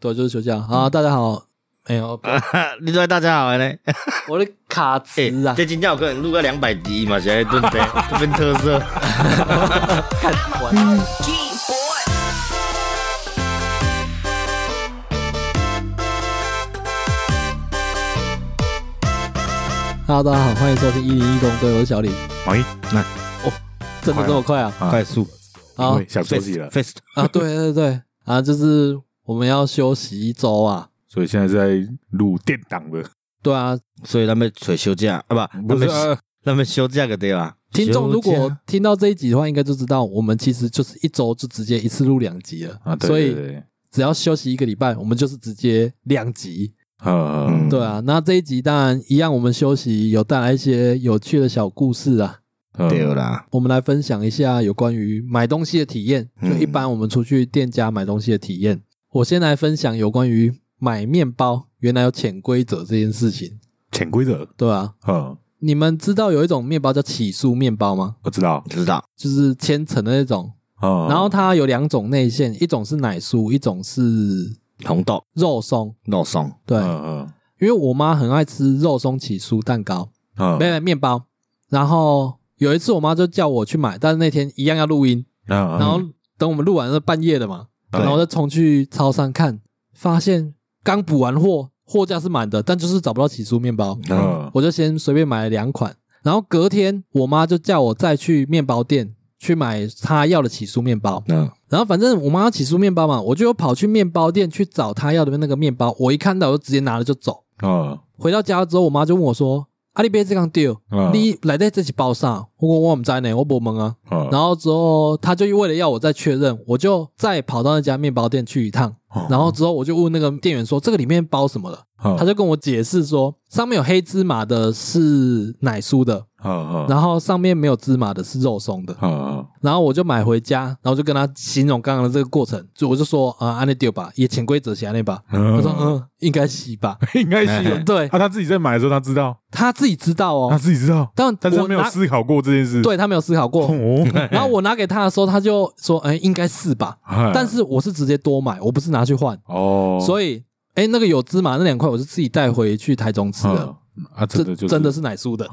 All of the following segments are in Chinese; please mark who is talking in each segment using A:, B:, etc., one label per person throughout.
A: 对，就是休假啊！大家好，没有，
B: 啊
C: 你说大家好嘞，
A: 我的卡
C: 哎
A: 词啊，
C: 这今天有可能录个两百集嘛，现在对不对？ 这份特色。
A: 哈喽，啊大家好，欢迎收听一零一公队，我是小李，
B: 哎，那
A: 真的这么快啊？
B: 啊
C: 快速
A: 啊
B: 因为想休息了，
C: ，fest
A: 啊，对对对啊，就是我们要休息一周啊，
B: 所以现在在录电档的，
A: 对啊，
C: 所以他们找休假啊，不，他
B: 不是
C: 们
B: 啊
C: 他们休假个对吧？
A: 听众如
C: 休
A: 果
C: 假
A: 听到这一集的话，应该就知道我们其实就是一周就直接一次录两集了
B: 啊，对
A: 所
B: 对
A: 以
B: 对
A: 只要休息一个礼拜，我们就是直接两集，
B: 呃，
C: 嗯
A: 对啊。那这一集当然一样，我们休息有带来一些有趣的小故事啊，
B: 呃
C: 对啦，
A: 我们来分享一下有关于买东西的体验，就
C: 嗯
A: 一般我们出去店家买东西的体验。我先来分享有关于买面包原来有潜规则这件事情，
B: 潜规则，
A: 对啊，
B: 嗯，
A: 你们知道有一种面包叫起酥面包吗？
B: 我知道，
C: 知道
A: 就是千层的那种，
B: 嗯，
A: 然后它有两种内馅，一种是奶酥，一种是
C: 红豆
A: 肉松。
C: 肉松，
A: 对，
B: 嗯
A: 因为我妈很爱吃肉松起酥蛋糕，
B: 嗯
A: 没有面包。然后有一次我妈就叫我去买，但是那天一样要录音，
B: 嗯，
A: 然后等我们录完是半夜了嘛，然后我就冲去超商看，发现刚补完货，货架是满的，但就是找不到起酥面包，
B: 嗯
A: 我就先随便买了两款。然后隔天我妈就叫我再去面包店去买她要的起酥面包，
C: 嗯，
A: 然后反正我妈要起酥面包嘛，我就跑去面包店去找她要的那个面包，我一看到我就直接拿了就走。
B: 嗯
A: 回到家之后，我妈就问我说：“啊，你别这样丢，
B: 嗯
A: 你来在这起包啥？”我说：“我唔知呢，我不问啊。”
B: 嗯，
A: 然后之后，他就为了要我再确认，我就再跑到那家面包店去一趟。
B: 哦
A: 然后之后，我就问那个店员说：“这个里面包什么了？”
B: 后
A: 他就跟我解释说：“上面有黑芝麻的是奶酥的，
B: 嗯嗯
A: 然后上面没有芝麻的是肉松的。”
B: 嗯
A: 然后我就买回家，然后就跟他形容刚刚的这个过程，就我就说：“啊，安内丢吧，也潜规则写安内吧。”
B: 嗯，
A: 我说：“嗯，应该洗吧。”
B: 应该是有
A: 对
B: 啊，他自己在买的时候他知道，
A: 他自己知道
B: 他
A: 哦，
B: 自己知道，
A: 但
B: 但是嗯他
A: 我
B: 没有
A: 拿
B: 思考过这件事，
A: 对他没有思考 过。
B: 哦，
A: 然后我拿给他的时候，他就说：“哎，应该是吧。” 但是我是直接多买，我不是拿去换，
B: 嗯哦，以
A: 所以哎，那个有芝麻那两块我是自己带回去台中吃的，
B: 啊，真
A: 这
B: 的就
A: 真的是奶酥的，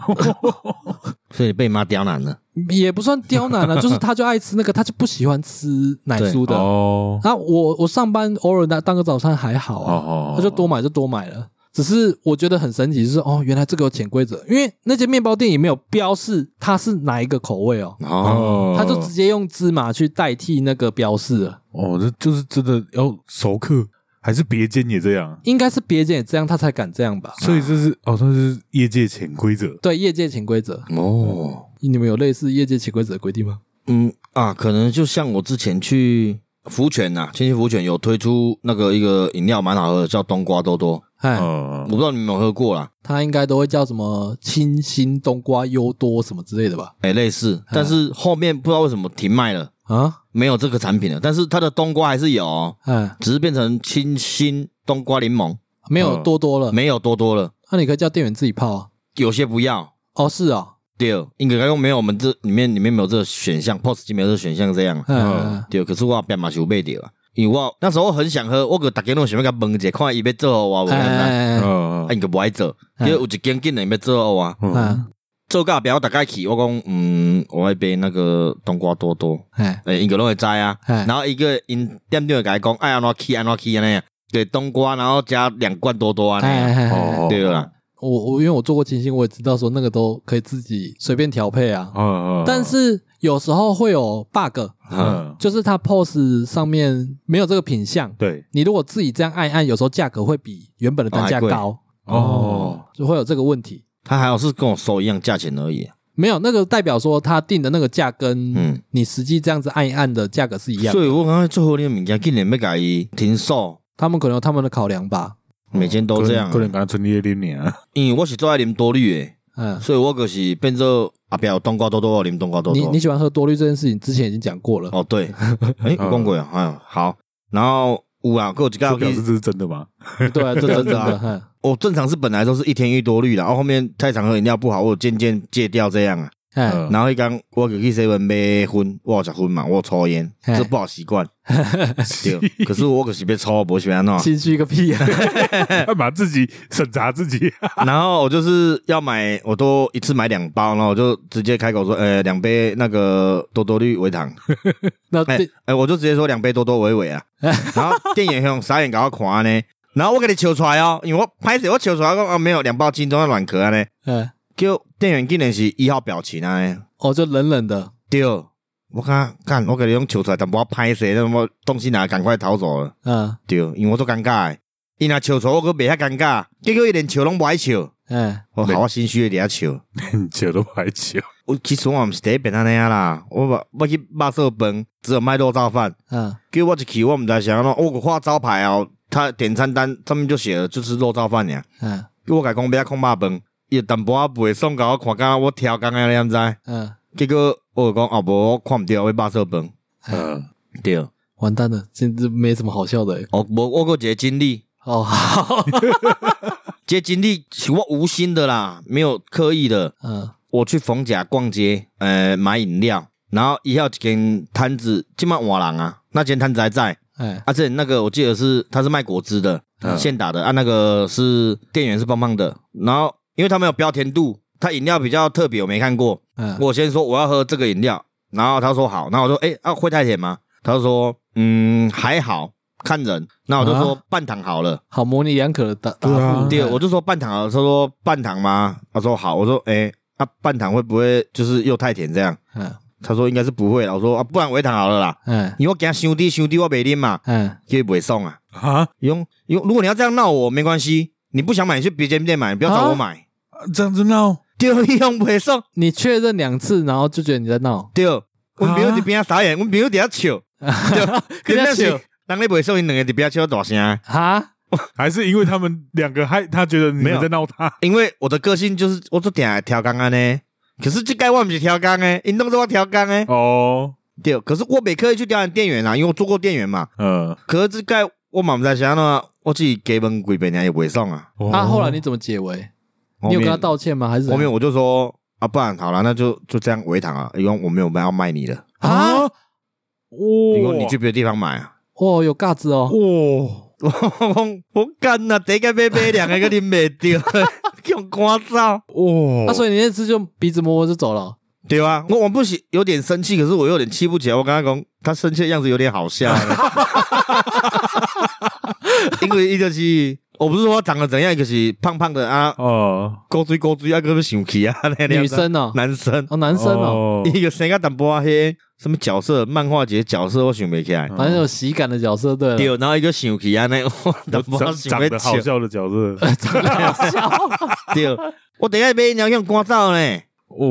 C: 所以被妈刁难了，
A: 也不算刁难 了，就是他就爱吃那个，他就不喜欢吃奶酥的。
B: 哦
A: 那我我上班偶尔拿当个早餐还好
B: 哦
A: 啊，
B: 哦，
A: 他就多买就多买了。只是我觉得很神奇，就是哦，原来这个有潜规则，因为那间面包店也没有标示它是哪一个口味哦，
C: 哦，
B: 哦，
A: 他就直接用芝麻去代替那个标示了。
B: 哦，这就是真的要熟客，还是别间也这样？
A: 应该是别人也这样，他才敢这样吧？
B: 所以这是哦，它是业界潜规则。
A: 对，业界潜规则，
C: 哦。
A: 你们有类似业界潜规则的规定吗？
C: 嗯啊，可能就像我之前去福泉呐、啊，千禧福泉有推出那个一个饮料蛮好喝的，叫冬瓜多多，
A: 哎，
C: 我
B: 嗯
C: 不知道你们有没有喝过啦，
A: 他应该都会叫什么清新冬瓜优多什么之类的吧？
C: 哎、类似，但是后面不知道为什么停卖了，
A: 啊，
C: 没有这个产品了，但是它的冬瓜还是有、哦，
A: 哎，
C: 只是变成清新冬瓜柠檬，
A: 没有
B: 嗯
A: 多多了，
C: 哦没有多多了，
A: 那、你可以叫店员自己泡啊。
C: 有些不要。
A: 哦，是哦，
C: 对，应该用没有我们这里面里面没有这个选项，POS 机没有这个选项这样。
A: 哎，
B: 嗯
C: 对，哦可是我变嘛是有买掉啊，因为我那时候很想喝，我个大家拢想要甲问一下，看伊要做给
A: 哎
C: 我无？啊，
A: 哎哎
B: 嗯
C: 因个无爱做，因为有一间竟然要做给我，啊
B: 嗯，
A: 嗯
C: 做甲表大概去，我讲嗯，我要杯那个冬瓜多多，
A: 哎
C: 诶，因个拢会知啊。
A: 哎
C: 然后一个因店长会甲伊讲，哎爱安怎起安怎起安尼，对，冬瓜然后加两罐多多
A: 哎
C: 安尼，啊
A: 哎，哎
B: 哦，
C: 对啦，
A: 我我因为我做过清新，我也知道说那个都可以自己随便调配啊，
B: 嗯，嗯
A: 但是有时候会有 bug，
B: 嗯，
A: 就是它 POS 上面没有这个品相。
B: 对，
A: 你如果自己这样按一按，有时候价格会比原本的单价
C: 哦还贵
A: 高，
B: 哦，
A: 就会有这个问题。
C: 他还好是跟我收一样价钱而已，啊
A: 没有那个代表说他定的那个价跟
C: 嗯，
A: 你实际这样子按一按的价格是一样的，
C: 所以我感觉最好你物件竟然要甲伊停售，
A: 他们可能有他们的考量吧。
C: 每间都这样啊
B: 个，人刚纯业零年啊，
C: 因为我是最爱啉多绿诶，
A: 嗯，
C: 所以我就是变做阿表冬瓜多多，我啉冬瓜多
A: 你
C: 多
A: 你。喜欢喝多绿这件事情之前已经讲过了，
C: 哦， 对，哎，我讲过啊，哎，好，然后有啊，还有一
B: 这
C: 个
B: 表
C: 去
B: 示这是真的吗？
A: 对啊，这 真的啊，嗯
C: 我正常是本来都是一天一多绿啦，然后后面太常喝饮料不好，我有渐渐戒掉这样啊。
A: 哎
B: 呃
C: 然后一刚我去 seven 买烟，我有食烟嘛，我有抽烟，
A: 嘿
C: 这不好习惯。对，可是我可是被抽，不喜欢弄。
A: 心虚个屁啊！
B: 干嘛自己审查自己？
C: 然后我就是要买，我都一次买两包，然后我就直接开口说，呃，两杯那个多多绿维糖，
A: 那
C: 哎、
A: 这
C: 哎我就直接说两杯多多维维啊。然后店员用傻眼搞我看呢，然后我给你求出来哦，因为我拍死我求出来，我说啊没有两包金钟的软壳啊呢，
A: 呃，
C: 就店员竟然是一号表情啊。
A: 哦，就冷冷的，
C: 对，我看看，我给你用求出来，但不要拍谁，那么东西拿，赶快逃走了。
A: 嗯，
C: 对，因为我都尴尬的，伊若笑错我阁袂遐尴尬，结果伊连笑拢无爱笑，
A: 哎，
C: 我
B: 对
C: 好我心虚伫遐笑。
B: 你酒都还酒，
C: 我其实我毋是第一遍安尼啊啦，我我我去肉色饭，只有卖肉燥饭，
A: 嗯，
C: 结果我一去我毋知啥咯，我有画招牌哦，他点餐单上面就写了就是肉燥饭俩，
A: 嗯，
C: 叫我甲讲要空肉饭，伊有淡薄仔袂爽，甲我看甲我挑工安尼，你毋
A: 嗯，
C: 知？结果我就讲啊无，我看毋着，我要肉色饭。
B: 嗯，
C: 对，
A: 完蛋了，这这没什么好笑的欸。
C: 哦，无我有一个经历，
A: 哦，好，
C: 这个经历是我无心的啦，没有刻意的。
A: 嗯，
C: 我去逢甲逛街，呃，买饮料，然后一号几间摊子，今晚瓦郎啊，那间摊子还在。
A: 哎，
C: 而且那个我记得是他是卖果汁的，
B: 嗯
C: 现打的啊，那个是店员是棒棒的，然后因为他没有标甜度，他饮料比较特别，我没看过。
A: 嗯，
C: 我先说我要喝这个饮料，然后他说好，那我说哎、啊会太甜吗？他就说嗯还好，看人。那我就说
A: 啊
C: 半糖好了。
A: 好模棱两可的答答
B: 对啊
A: 复，
C: 对，我就说半糖啊，他说半糖吗？他说好，我说诶，啊半糖会不会就是又太甜这样？
A: 嗯，
C: 他说应该是不会啦，我说啊不然微糖好了啦，
A: 嗯，
C: 因为我给他兄弟兄弟我没拎嘛，
A: 嗯，
C: 因为不会送啊，
B: 啊，
C: 用用如果你要这样闹我没关系，你不想买你去别间店买，你不要找我买，
B: 这样子闹，
C: 对，用不会送，
A: 你确认两次，然后就觉得你在闹，
C: 对，我朋友在边啊傻眼，我朋友在遐笑，对，
A: 跟他笑
C: 人家是，人咧不会送，因两个在边笑大声。啊
A: 哈，
B: 还是因为他们两个害他觉得你
C: 没有
B: 们在闹他？
C: 因为我的个性就是我做点调岗安呢，可是这个我不是调岗诶，因拢是我调岗诶。
B: 哦，
C: 对，可是我没刻意去调研店员啦，因为我做过店员嘛。
B: 嗯，
C: 可是这个我嘛不知啥呢，我自己给问几遍人也不会送啊。
A: 啊，后来你怎么结尾？你有跟他道歉吗？还是怎
C: 后
A: 样
C: 面我就说啊，不然好了，那就就这样围堂啊，因为我没有办法要卖你了，
A: 啊
B: 啊，
C: 因
B: 哇，
C: 为你去别的地方买啊。
A: 哦，有尬子哦，
B: 哇，
C: 我讲我干呐，第一个买买两个个你卖掉， 用赶走。哦
B: 哇，
A: 啊那所以你那次就鼻子摸摸就走了，
C: 对啊，我我不是有点生气，可是我又有点气不起来。我跟他讲，他生气的样子有点好笑，啊 因为伊就是我不是说他长得怎样，就是胖胖的啊，
B: 哦，
C: 高追高追啊，个不想气啊， 那
A: 女生哦，
C: 男生，
A: 哦，男生哦，
C: 一个生个淡薄啊黑，什么角色，漫画节角色我想不起来。
B: 哦
A: 反正有喜感的角色，对了，
C: 对，然后一个想气啊，那 我淡薄
B: 长
C: 啊
B: 长得好笑的角色，
C: 对，我等一下买饮料用干照呢，
B: 哦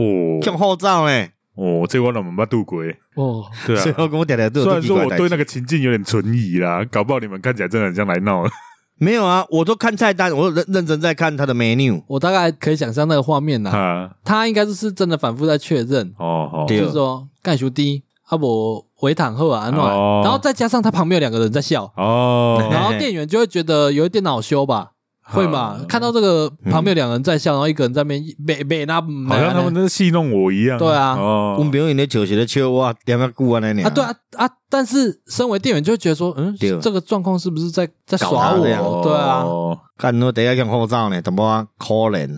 C: 用后照呢，
B: 哦，这我老们把渡过欸，
A: 哦，
B: 对
C: 所以
B: 啊。
C: 我跟我点点都
B: 虽
C: 有这
B: 然
C: 奇
B: 说
C: 怪
B: 我
C: 的
B: 对
C: 事
B: 那个情境有点存疑啦，搞不好你们看起来真的很像来闹的。
C: 没有啊，我都看菜单，我认认真在看他的
B: 哦
C: menu。
A: 我大概可以想象那个画面啦，
B: 啊，
A: 他应该就是真的反复在确认，
B: 哦好，
C: 对
A: 就是说干兄弟，啊我维坦赫啊，安暖
B: 哦，
A: 然后再加上他旁边有两个人在笑，
B: 哦，
A: 然后店员就会觉得有一点恼羞吧。会吧？
B: 嗯
A: 看到这个旁边有两个人在笑，然后一个人在那边美美那，好
B: 好像他们在戏弄我一样。
A: 对啊
C: 我
B: 哦，
C: 朋友因咧笑是咧笑我，点啊久安尼
A: 啊，对啊啊！但是身为店员就会觉得说，嗯，
C: 对
A: 这个状况是不是在在
C: 搞
A: 耍
C: 他
A: 我？
C: 这样哦
A: 对啊，
C: 看我等一下用后照呢，淡薄啊可怜。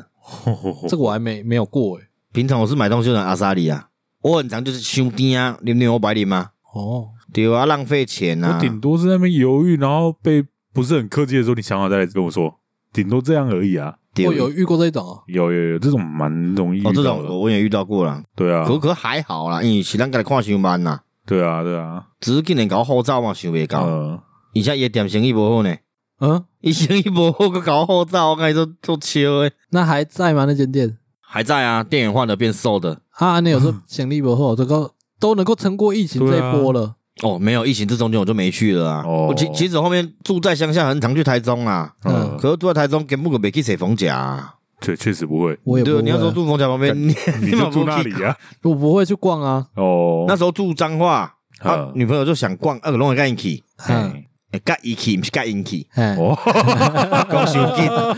A: 这
B: 哦，
A: 个我还没没有过哎、
C: 平常我是买东西用阿莎利啊，我很常就是伤甜啊，啉啉我白啉啊，
A: 哦，
C: 对啊，浪费钱啊
B: 我。顶多是在那边犹豫，然后被不是很客气的时候，你想好再来跟我说，顶多这样而已啊。
C: 对
A: 我有遇过这种哦。
B: 有有有，这种蛮容易遇
C: 哦，这
B: 到
C: 种
B: 的。
C: 我我也遇到过啦，
B: 对啊，
C: 可可还好啦，因为是咱家己看伤慢啦，
B: 对啊，对啊，
C: 只是今年搞后照嘛，想袂到，
B: 嗯，
C: 而且伊店生意无好呢，
A: 嗯，
C: 伊生意无好，佮搞后照，我感觉都都笑诶。
A: 那还在吗？那间店
C: 还在啊，店员换了变瘦的
A: 啊，那有时候潜力不后，这个都能够撑过疫情这一波 了。
C: 哦，没有疫情这中间我就没去了啊。
B: 哦
C: 我其其实后面住在乡下，很常去台中啊。
A: 嗯
B: 嗯，
C: 可是住在台中，根本就没去谁逢甲、啊。
B: 确确实不会，
A: 我也不
C: 对，
A: 会啊
C: 你要说住逢甲旁边，你
B: 你
C: 嘛
B: 就
C: 不
B: 住
C: 去
B: 那里啊？
A: 我不会去逛啊。
B: 哦，
C: 那时候住彰化，啊
B: 嗯，
C: 女朋友就想逛，二龙会跟去，
A: 嗯，
B: 嘿
C: 诶，跟伊去，不是跟因去，
A: 哎，
B: 哦，
C: 啊讲伤紧啊。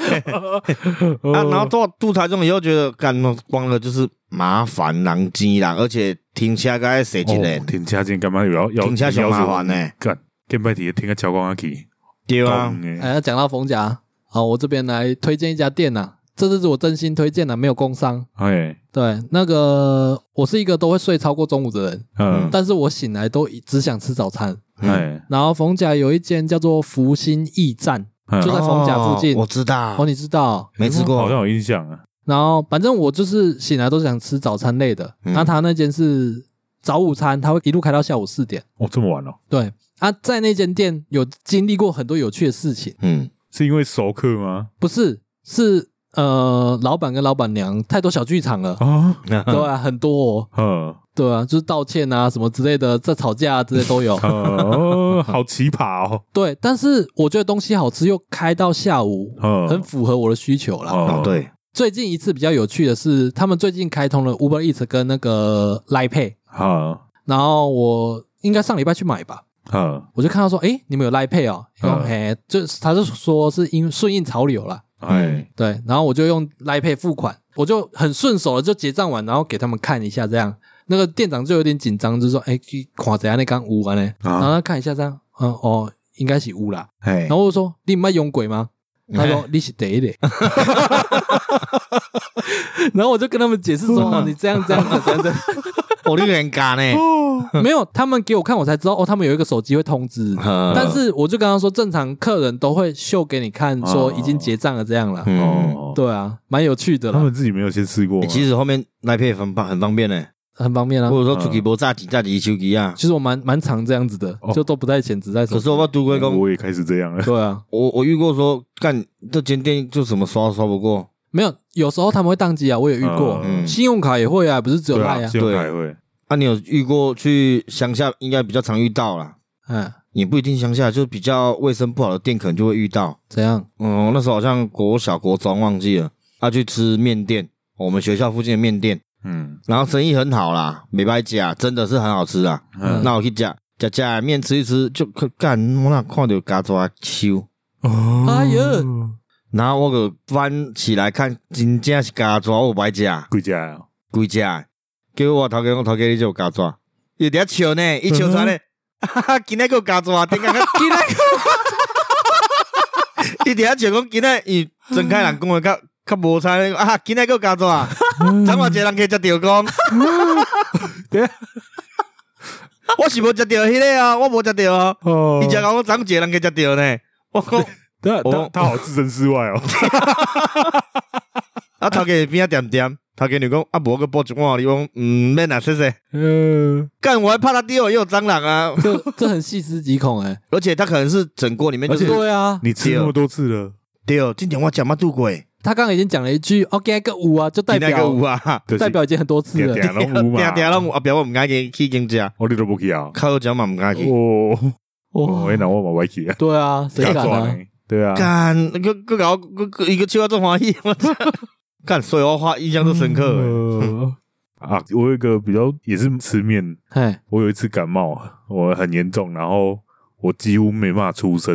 C: 然后到住台中以后，觉得干光了就是麻烦人钱人，而且停车该塞一个
B: 哦，，停车真干嘛有要要
C: 停车上麻烦呢。
B: 干，更别提停个桥光阿去，
C: 对啊，
B: 讲的
A: 哎，讲到逢甲，好，我这边来推荐一家店呐、这是我真心推荐的、没有工伤。
B: 哎，
A: 对，那个我是一个都会睡超过中午的人，
B: 嗯，
A: 但是我醒来都只想吃早餐。
B: 哎，
A: 然后逢甲有一间叫做福星驿站，
B: 嗯
A: 就在逢甲附近
C: 哦我知道
A: 哦，，你知道？
C: 没吃
B: 好像
C: 过，
B: 有印象啊，
A: 然后反正我就是醒来都想吃早餐类的。
C: 嗯
A: 那、他那间是早午餐，他会一路开到下午四点。
B: 哦，这么晚哦，
A: 对，啊，在那间店有经历过很多有趣的事情，
C: 嗯，
B: 是因为熟客吗？
A: 不是是呃，老板跟老板娘太多小剧场了，
B: 啊，
C: 嗯
A: 对啊，很多、哦，
B: 嗯，。
A: 对啊，就是道歉啊什么之类的，在吵架啊之类都有
B: 哦， 好奇葩哦，
A: 对，但是我觉得东西好吃又开到下午，
B: 嗯，
A: 很符合我的需求啦。
C: 哦
B: 哦，
C: 对，
A: 最近一次比较有趣的是，他们最近开通了 Uber Eats 跟那个 Line Pay，
B: 好，
A: 然后我应该上礼拜去买吧，
B: 好，
A: 我就看到说，诶，你们有 Line Pay 哦，
B: 嗯
A: 用嘿，就是他就说是因顺应潮流啦，
C: 嗯
B: 哎，
A: 对，然后我就用 Line Pay 付款，我就很顺手的就结账完，然后给他们看一下这样，那个店长就有点紧张，就说，诶，去看一下那刚有啊呢，
B: 啊
A: 然后他看一下这样，嗯哦，应该是有啦，
C: 哎
A: 然，后我就说，你唔爱用鬼吗？他说你是第一嘞， 然后我就跟他们解释说，哦，你这样这样子这样子，
C: 我那个人干呢，
B: 哦
A: 没有，他们给我看，我才知道哦，他们有一个手机会通知，
C: 嗯
A: 但是我就跟他说，正常客人都会秀给你看，说已经结账了这样了，
C: 哦嗯，
B: 哦，
A: 对啊，蛮有趣的
B: 他
A: 啦，
B: 们自己没有先试过吗
C: 欸，其实后面来配很方很方便呢，
A: 很方便啊
C: 或。者说出去无炸钱炸钱手机啊，
A: 其实我蛮蛮常这样子的
B: 哦，
A: 就都不带钱，只带手
C: 可
A: 机
C: 是。我捌拄过讲，
B: 我也开始这样了，
A: 对啊，
C: 我我遇过说干这间店就怎么刷都刷不过，
A: 没有，有时候他们会宕机啊，我也遇过，
C: 嗯
A: 信用卡也会啊，不是只有
B: 对
A: 赖
B: 啊，
A: 啊，
B: 信用卡也会，
C: 啊，你有遇过去乡下应该比较常遇到啦，
A: 嗯，
C: 也不一定乡下，就比较卫生不好的店可能就会遇到。
A: 怎样？
C: 嗯，那时候好像国小国中忘记了，啊去吃面店，我们学校附近的面店，
B: 嗯，
C: 然后生意很好啦，没白吃啊，真的是很好吃啊。
B: 嗯
C: 那我去吃，吃吃的面吃一吃，就去干我那看到家抓手，
B: 哦
A: 哎呀，
C: 然后我就翻起来看，真正是家抓我白吃。
B: 贵家哦，
C: 规只的，叫我头家讲头家你就有胶抓，伊伫遐笑呢，伊笑出来呢，
B: 嗯
C: 哈哈， 今仔个胶抓，啊顶下 个今仔个，伊伫遐笑讲今仔伊睁开人讲话较较无差，啊，今仔个胶抓，
B: 嗯
C: 昨晚一个人去食着讲，
B: 对啊，
C: 我是无食着迄个啊，我无食着啊，
B: 哦
C: 伊只讲我昨晚一个人去食着呢，我讲 哦
B: 他他
C: 我
B: 他好置身事外哦，
C: 啊头家边啊点点，头家就讲啊无个补一碗，你讲嗯免啦，谢谢，
B: 嗯，
C: 干我还怕他丢，也有蟑螂啊，
A: 呃这这很细思极恐 哎。
C: 而且他可能是整锅里面就是
B: 而且
A: 对啊，
B: 你吃那么多次了，
C: 对，今天我讲嘛度过诶，
A: 他刚刚已经讲了一句 “OK 个五啊”，就代
C: 今天个
A: 表
C: 有啊，
B: 就是
A: 代表已经很多次了。
B: 点点 拢有嘛，
C: 定定拢有，后壁我毋敢去去经食，
B: 我你都不去 啊，
C: 靠脚嘛毋敢去，
B: 哦，
A: 哇
B: 我那我嘛不去啊，
A: 对啊，谁敢
B: 抓
A: 啊？
B: 呢？对啊，
C: 干，佮佮搞佮佮伊个笑啊，真欢喜，我操干，所以我话印象都深刻诶。
B: 呃啊，我有一个比较也是吃面，
A: 嘿，
B: 我有一次感冒，啊我很严重，然后我几乎没办法出声，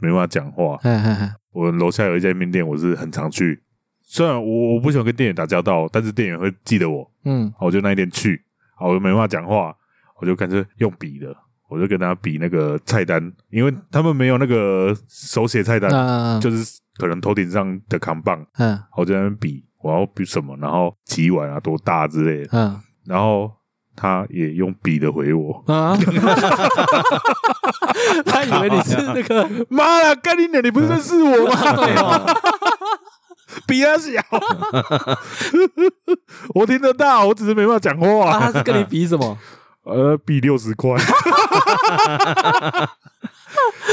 B: 没办法 讲话。
A: 嘿嘿嘿，
B: 我楼下有一家面店，我是很常去，虽然我我不喜欢跟店员打交道，但是店员会记得我，
A: 嗯，
B: 我就那一天去，啊，我就没办法讲话，我就干脆用笔的，我就跟他比那个菜单，因为他们没有那个手写菜单，
A: 那
B: 就是可能头顶上的扛棒，
A: 嗯
B: 我就在那边比我要比什么，然后几碗啊多大之类的，
A: 嗯
B: 然后他也用笔的回我，
A: 啊，他以为你是那个
B: 妈了，干你娘！你不是认识我吗？
A: 对哦，
B: 比他小， 我听得到，我只是没办法讲
A: 啊
B: 话。
A: 他是跟你比什么？
B: 呃，比六十块，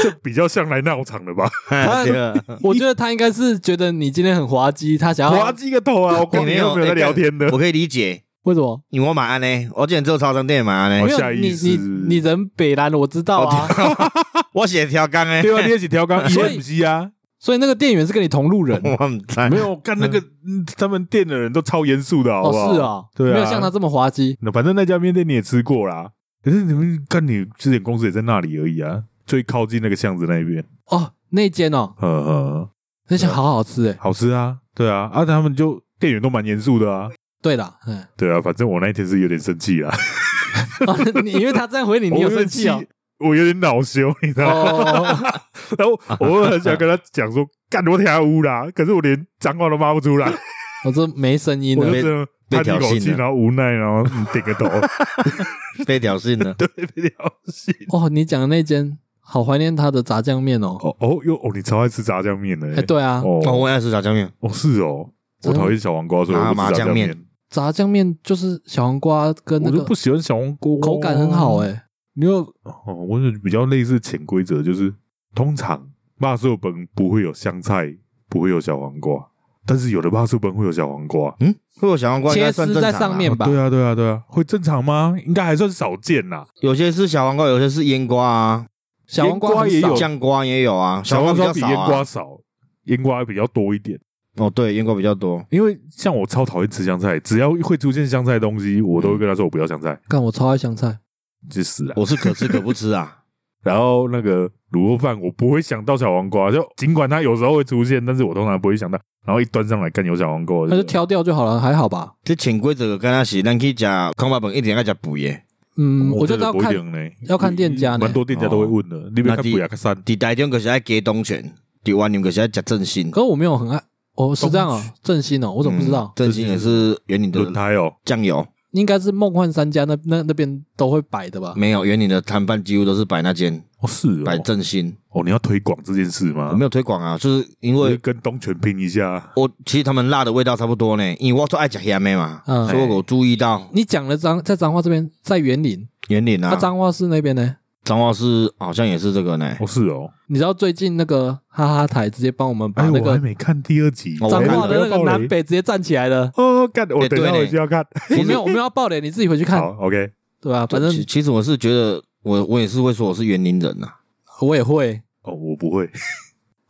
B: 这比较像来闹场的吧？
A: 他
C: 对啊
A: 我觉得他应该是觉得你今天很滑稽，他想
B: 滑
A: 要
B: 稽个头啊！我
C: 欸
B: 光你有没有
C: 欸
B: 在聊天的
A: 哎
C: 干？我可以理解，
A: 为什么？
C: 因为我买安呢，我之前做超商店买安呢，
B: 我
A: 没有
B: 哦下
A: 你
B: 意识哦
A: 你你人北兰我知道啊，
C: 我写条纲诶，
B: 对啊，你也是调岗
A: 所以
B: EMC 啊？
A: 所以那个店员是跟你同路人
C: 我唔知，
B: 没有干那个嗯他们店的人都超严肃的，好
A: 哦，
B: 不好？
A: 是，啊，
B: 对啊
A: 没有像他这么滑稽，
B: 那反正那家面店你也吃过啦，可是你们干你之前公司也在那里而已啊，最靠近那个巷子那边，
A: 哦，那间哦，
B: 呵呵。
A: 那间好好吃哎，
B: 好吃啊，对啊，啊，他们就店员都蛮严肃的啊，
A: 对啦，嗯，
B: 对啊，反正我那一天是有点生气啦，
A: 啊你因为他这样回你，你
B: 我
A: 有
B: 有点
A: 生气哦
B: 气？我有点恼羞，你知道吗？
A: 哦，
B: 然后我很想跟他讲说，干我跳污啦，可是我连脏话都骂不出来，
A: 我这没声音
B: 我
A: 了
B: 就
C: 被
B: 真的
C: 被
B: 叹一
C: 挑
B: 口
C: 衅
B: 气，
C: 了
B: 然后无奈，然后嗯点个头，
C: 被挑衅了。
B: 对，被挑衅。
A: 哦。你讲的那间，好怀念他的炸酱面哦。
B: 哦哦哟哦，你超爱吃炸酱面的欸，
A: 哎，对啊，
C: 哦，
B: 哦
C: 我也是炸酱面，
B: 哦是哦，我讨厌小黄瓜，所以我不
C: 麻
B: 吃炸
C: 酱
B: 酱
C: 面
B: 面，
A: 炸酱面就是小黄瓜跟那
B: 我就
A: 个
B: 不喜欢小黄瓜，
A: 口感很好哎、
B: 你有哦，我是比较类似潜规则，就是通常骂寿本不会有香菜，不会有小黄瓜，但是有的骂寿本会有小黄瓜。
C: 嗯，会有小黄瓜应
A: 切
C: 该算
A: 丝
C: 正
A: 在
C: 常啊
A: 上面吧？
B: 对啊，对啊，对啊，会正常吗？应该还算少见啦。
C: 有些是小黄瓜，有些是腌瓜啊，
A: 小黄瓜很
B: 腌瓜
A: 少
B: 也有
C: 酱瓜也有啊，
B: 小
C: 黄
B: 黄瓜
C: 瓜比
B: 比
C: 较
B: 腌
C: 少
B: 瓜
C: 啊。
B: 少，腌瓜比较多一点。
C: 哦，对，腌瓜比较多。
B: 因为像我超讨厌吃香菜，只要会出现香菜的东西，我都会跟他说我不要香菜，
A: 干我超爱香菜，
B: 去死啦。
C: 我是可吃可不吃啊。
B: 然后那个卤肉饭，我不会想到小黄瓜，就尽管它有时候会出现，但是我通常不会想到。然后一端上来，干有小黄瓜，我
A: 那就挑掉就好了，还好吧？
C: 这潜规则敢若是咱去食康巴本一定要食肥的，
A: 嗯，我
B: 我
A: 觉
B: 觉
A: 得
B: 得
A: 要
B: 哦不一
A: 看
B: 定呢，
A: 要看店家呢
B: 蛮多店家都会问的。你别
C: 那
B: 看
C: 第
B: 不雅克山，
C: 伫台中就是爱加东泉，伫湾牛就是爱食正兴。
A: 可是我没有很爱，我是这样哦，正兴哦，我怎么不知道
C: 嗯？正兴也是圆岭
B: 轮
C: 的
B: 胎哦，
C: 酱油，
A: 应该是梦幻三家那那那边都会摆的吧？
C: 没有圆岭的摊贩几乎都是摆那间
B: 哦是
C: 摆
B: 哦，
C: 正兴，
B: 哦你要推广这件事
C: 我
B: 吗
C: 没？有推广啊，就是因
B: 我就
C: 为
B: 跟东泉拼一下，
C: 我其实他们辣的味道差不多呢，因为我都爱食咸的嘛，
A: 嗯
C: 所以我注意到
A: 你讲的彰在彰化这边，在园林，
C: 圆岭
A: 那
C: 啊，
A: 彰化市那边呢？
C: 彰化市好像也是这个呢。
B: 哦是哦，
A: 你知道最近那个哈哈台直接帮我们把
B: 哎
A: 那
B: 我还
A: 个
B: 没看第二集，
C: 哦
A: 彰
C: 我
A: 化
C: 还没
A: 的那个南北直接站起来 了。
B: 哦干，我等一
C: 哎
B: 下
C: 对呢
B: 回去要看，
A: 我没有，我没有要爆雷，你自己回去看，
B: 好 OK，
A: 对吧？反正
C: 其其实我是觉得我我也是会说我是园林人呐，
A: 我也会。
B: 哦我不会，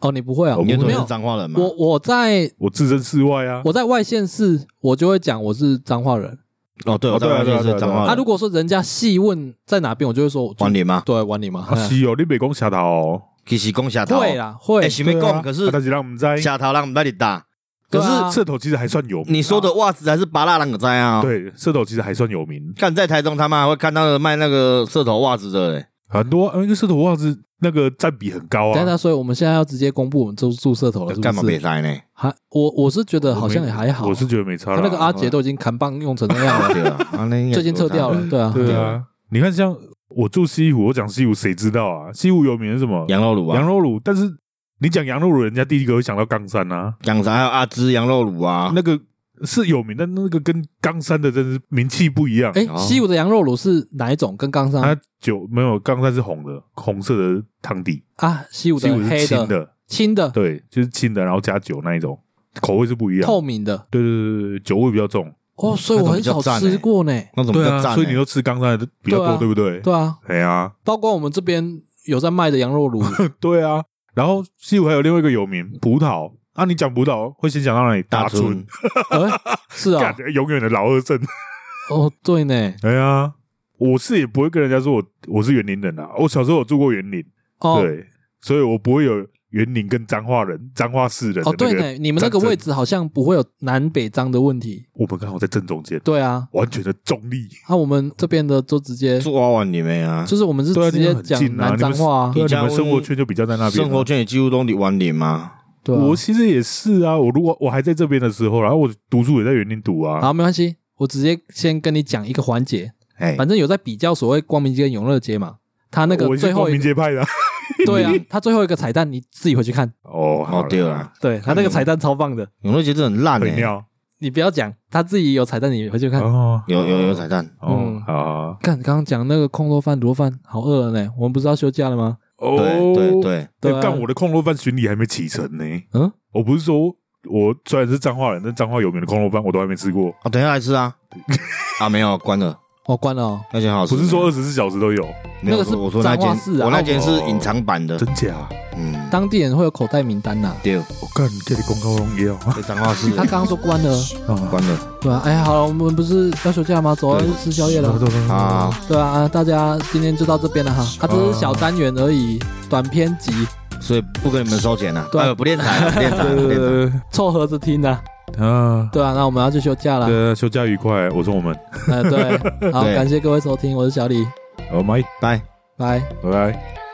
A: 哦，你不会啊？
B: 我
A: 我
C: 你也
B: 不
C: 说
A: 没
C: 你
A: 有
C: 是，彰化人嘛？
A: 我我在
B: 我置身事外啊，
A: 我在外县市，我就会讲我是彰化人。
C: 哦，对，
B: 哦
C: 我彰
B: 对啊
C: 化
B: 对啊
C: 县
B: 对啊
C: 是彰化
A: 啊，
C: 人
A: 如。果说人家细问在哪边，我就会说我住
C: 湾林吗？
A: 对湾里嘛哎
C: 哎
B: 啊，是哦，你北讲下头哦，
C: 其实讲下头，
A: 会啦会
C: 哎，，想要
B: 对啊
C: 讲，可
B: 啊
C: 是
B: 但是让我们在，
C: 下头人唔带你打，
A: 对
C: 可
A: 啊
C: 是
B: 社头其实还算有名，啊
C: 你说的袜子还是拔蜡人个灾啊？，
B: 对，社头其实还算有名，
C: 看在台中他妈还会看到有卖那个社头袜子的嘞，
B: 很多呃那个社头袜子那个占比很高
A: 等一下，
B: 啊。
A: 所以我们现在要直接公布我们住住社头了，哦是
C: 干嘛
A: 不
C: 别
A: 是？
C: 塞呢？
A: 还我我是觉得好像也还好，
B: 我是觉得没差
A: 他
B: 啦。
A: 那
C: 啊
A: 个阿杰都已经砍棒用成那样了，
C: 对啊，啊那 应该
A: 最近撤掉了，对啊，
B: 对啊，你看像我住西湖，我讲西湖谁知道啊？西湖有名是什么？
C: 羊肉卤
B: 羊
C: 啊，
B: 肉卤，但是你讲羊肉卤，人家第一个会想到冈山啊，
C: 羊肠还有阿芝羊肉卤啊，
B: 那个是有名，但那个跟冈山的真是名气不一样。
A: 哎，啊
C: 哦
A: 西武的羊肉卤是哪一种？跟刚上
B: 它酒没有冈山是红的，红色的汤底，
A: 啊，西武
B: 西
A: 的
B: 湖是
A: 黑
B: 清
A: 的、
B: 的，
A: 青的、
B: 对，啊就是清的，然后加酒那一种，口味是不一样。
A: 透明的
B: 对对对对对，酒味比较重。
A: 哦，所以
C: 那
A: 我
C: 种
A: 很
C: 比较
A: 少
C: 赞
A: 吃
C: 欸
A: 过呢。
C: 那种比
B: 对
C: 较
B: 啊，
C: 赞
B: 所以你
C: 呢。
B: 都吃冈山的比较
A: 哎对啊
B: 多，对不对？
A: 对啊，
B: 对啊，
A: 包括我们这边有在卖的羊肉卤，
B: 对啊。然后西湖还有另外一个有名葡萄啊，你讲葡萄会先想到哪里？大村
C: 村，
A: 哎，是
B: 感
A: 啊，
B: 觉永远的老二症。
A: 哦，对呢，
B: 哎呀，我是也不会跟人家说我我是园林人啊，我小时候有住过园林，
A: 哦，
B: 对，所以我不会有园林跟彰化人、彰化市人的
A: 哦，
B: 那
A: 对
B: 个。
A: 呢，你们那个
B: 战争
A: 位置好像不会有南北张的问题。
B: 我们刚好在正中间，
A: 对啊，
B: 完全的中立。
A: 那、我们这边的就直接，
C: 住娃娃里面啊，
A: 就是我们是
B: 对啊
A: 直接
B: 你们很
A: 讲
B: 近啊
A: 南彰化啊
B: 对，
C: 你
B: 啊，你
C: 家
B: 们生活圈就比较在那边啊。
C: 生活圈也几乎都离湾里嘛。
A: 对啊。
B: 我其实也是啊，我如果我还在这边的时候，然后我读书也在园林读啊，
A: 好，没关系，我直接先跟你讲一个环节，
B: 哎，
A: 反正有在比较所谓光明街跟永乐街嘛，他那
B: 我
A: 个
B: 也
A: 最
B: 是
A: 后
B: 光
A: 一
B: 明街派的啊。
A: 对啊，他最后一个彩蛋你自己回去 看，
B: 哦，好
C: 哦，对了，，
A: 对他那个彩蛋超棒的，
C: 永乐节真的很烂
B: 很
C: 诶，
B: 妙
A: 你不要讲，他自己有彩蛋你回去看。
B: 哦，
C: 有有有彩蛋，
B: 哦
A: 嗯，
B: 好好，好
A: 看，刚刚讲那个空肉饭、卤肉饭，好饿了呢。我们不是要休假了吗？
B: 哦
C: 对对，对，
A: 对啊
B: 哎干我的空肉饭巡礼还没启程呢。
A: 嗯，
B: 我不是说我虽然是彰化人，但彰化有名的空肉饭我都还没吃过，
C: 哦，等一下来吃 啊，啊没有关了，
A: 哦，关了哦。
C: 那间好好吃，
B: 不是说二十四小时都有，
C: 没有
A: 那个是
C: 我说那
A: 彰化
C: 间
A: 市啊
C: 我那间是
B: 哦
C: 隐藏版的，
B: 真假？
C: 嗯，
A: 当地人会有口袋名单呐、
C: 对，
B: 我干，这里公告龙也有啊
C: 这彰化市
A: 他刚刚说关了，
B: 啊
C: 关了
A: 对啊。哎，好了，我们不是要休假吗？走啊，
C: 对
A: 去吃宵夜了。
C: 啊。
A: 对啊，啊大家今天就到这边了哈，啊，这是小单元而已，短篇集，
C: 所以不跟你们收钱了、啊，
A: 对啊
C: 呃不练财、啊，不练财、啊，不练财、啊。
A: 凑合着听的、
B: 啊，
A: 对啊，那我们要去休假了。
B: 对，休假愉快。我说我们，
A: 哎，对，好，
C: 对
A: 感谢各位收听，我是小李，
B: 我们
C: 拜。
A: 拜。
B: 呃拜拜。
C: 拜